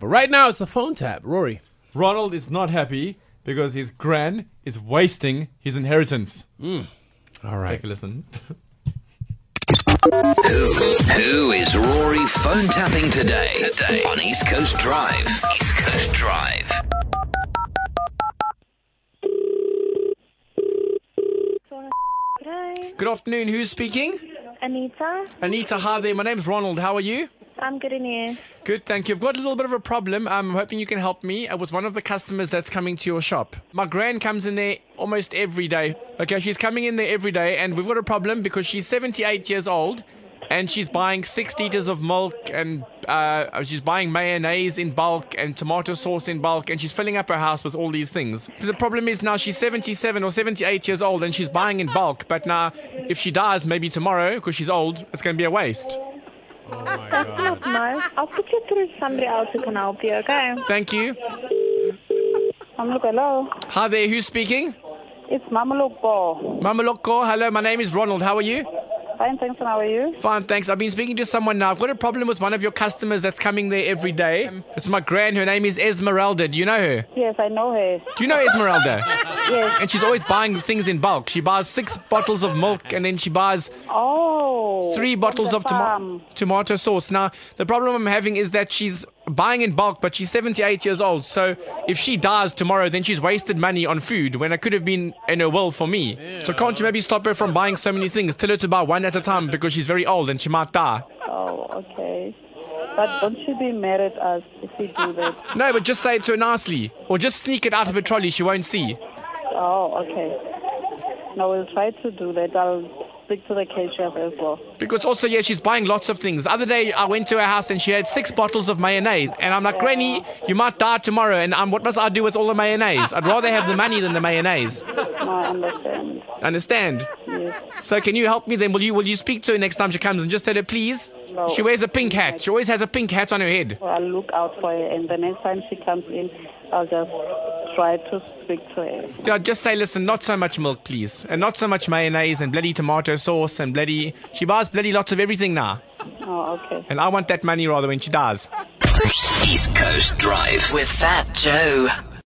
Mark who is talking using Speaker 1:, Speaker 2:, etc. Speaker 1: But right now, it's a phone tap. Rory.
Speaker 2: Ronald is not happy because his gran is wasting his inheritance.
Speaker 1: All right.
Speaker 2: Take a listen.
Speaker 3: Who is Rory phone tapping today? Today on East Coast Drive. East Coast Drive.
Speaker 4: Hello,
Speaker 2: Good afternoon. Who's speaking?
Speaker 4: Anita.
Speaker 2: Anita Harvey. My name's Ronald. How are you?
Speaker 4: I'm good in you.
Speaker 2: Good, thank you. I've got a little bit of a problem. Um, I'm hoping you can help me. I was one of the customers that's coming to your shop. My gran comes in there almost every day. Okay, she's coming in there every day, and we've got a problem because she's 78 years old and she's buying six liters of milk and uh, she's buying mayonnaise in bulk and tomato sauce in bulk and she's filling up her house with all these things. The problem is now she's 77 or 78 years old and she's buying in bulk, but now if she dies maybe tomorrow because she's old, it's going to be a waste.
Speaker 4: That's not nice. I'll put you through to somebody else who can help you, okay?
Speaker 2: Thank you.
Speaker 4: I'm like, hello.
Speaker 2: Hi there, who's speaking?
Speaker 4: It's Mama Lokbo.
Speaker 2: Mama Loko, hello, my name is Ronald. How are you?
Speaker 4: Fine, thanks, and how are you?
Speaker 2: Fine, thanks. I've been speaking to someone now. I've got a problem with one of your customers that's coming there every day. It's my gran. Her name is Esmeralda. Do you know her?
Speaker 4: Yes, I know her.
Speaker 2: Do you know Esmeralda?
Speaker 4: Yes.
Speaker 2: And she's always buying things in bulk. She buys six bottles of milk and then she buys
Speaker 4: Oh.
Speaker 2: three bottles
Speaker 4: the
Speaker 2: of tomo-
Speaker 4: farm.
Speaker 2: tomato sauce. Now, the problem I'm having is that she's buying in bulk, but she's 78 years old. So if she dies tomorrow, then she's wasted money on food when it could have been in her will for me. So can't you maybe stop her from buying so many things? Tell her to buy one at a time because she's very old and she might die.
Speaker 4: Oh, okay. But don't you be mad at us if we do that.
Speaker 2: No, but just say it to her nicely. Or just sneak it out of her trolley, she won't see.
Speaker 4: Oh, okay. No, we'll try to do that. I'll speak to the KGF as well.
Speaker 2: Because also, yeah, she's buying lots of things. The other day, I went to her house and she had six bottles of mayonnaise. And I'm like, Granny, you might die tomorrow. And um, what must I do with all the mayonnaise? I'd rather have the money than the mayonnaise.
Speaker 4: No, I understand.
Speaker 2: Understand?
Speaker 4: Yes.
Speaker 2: So can you help me then? Will you will you speak to her next time she comes and just tell her, please?
Speaker 4: No.
Speaker 2: She wears a pink hat. She always has a pink hat on her head.
Speaker 4: I'll look out for her, and the next time she comes in, I'll just try to speak to her.
Speaker 2: Yeah, just say, listen, not so much milk, please. And not so much mayonnaise and bloody tomato sauce and bloody... She buys bloody lots of everything now.
Speaker 4: Oh, okay.
Speaker 2: And I want that money rather when she dies.
Speaker 3: East Coast Drive.
Speaker 5: with Fat Joe.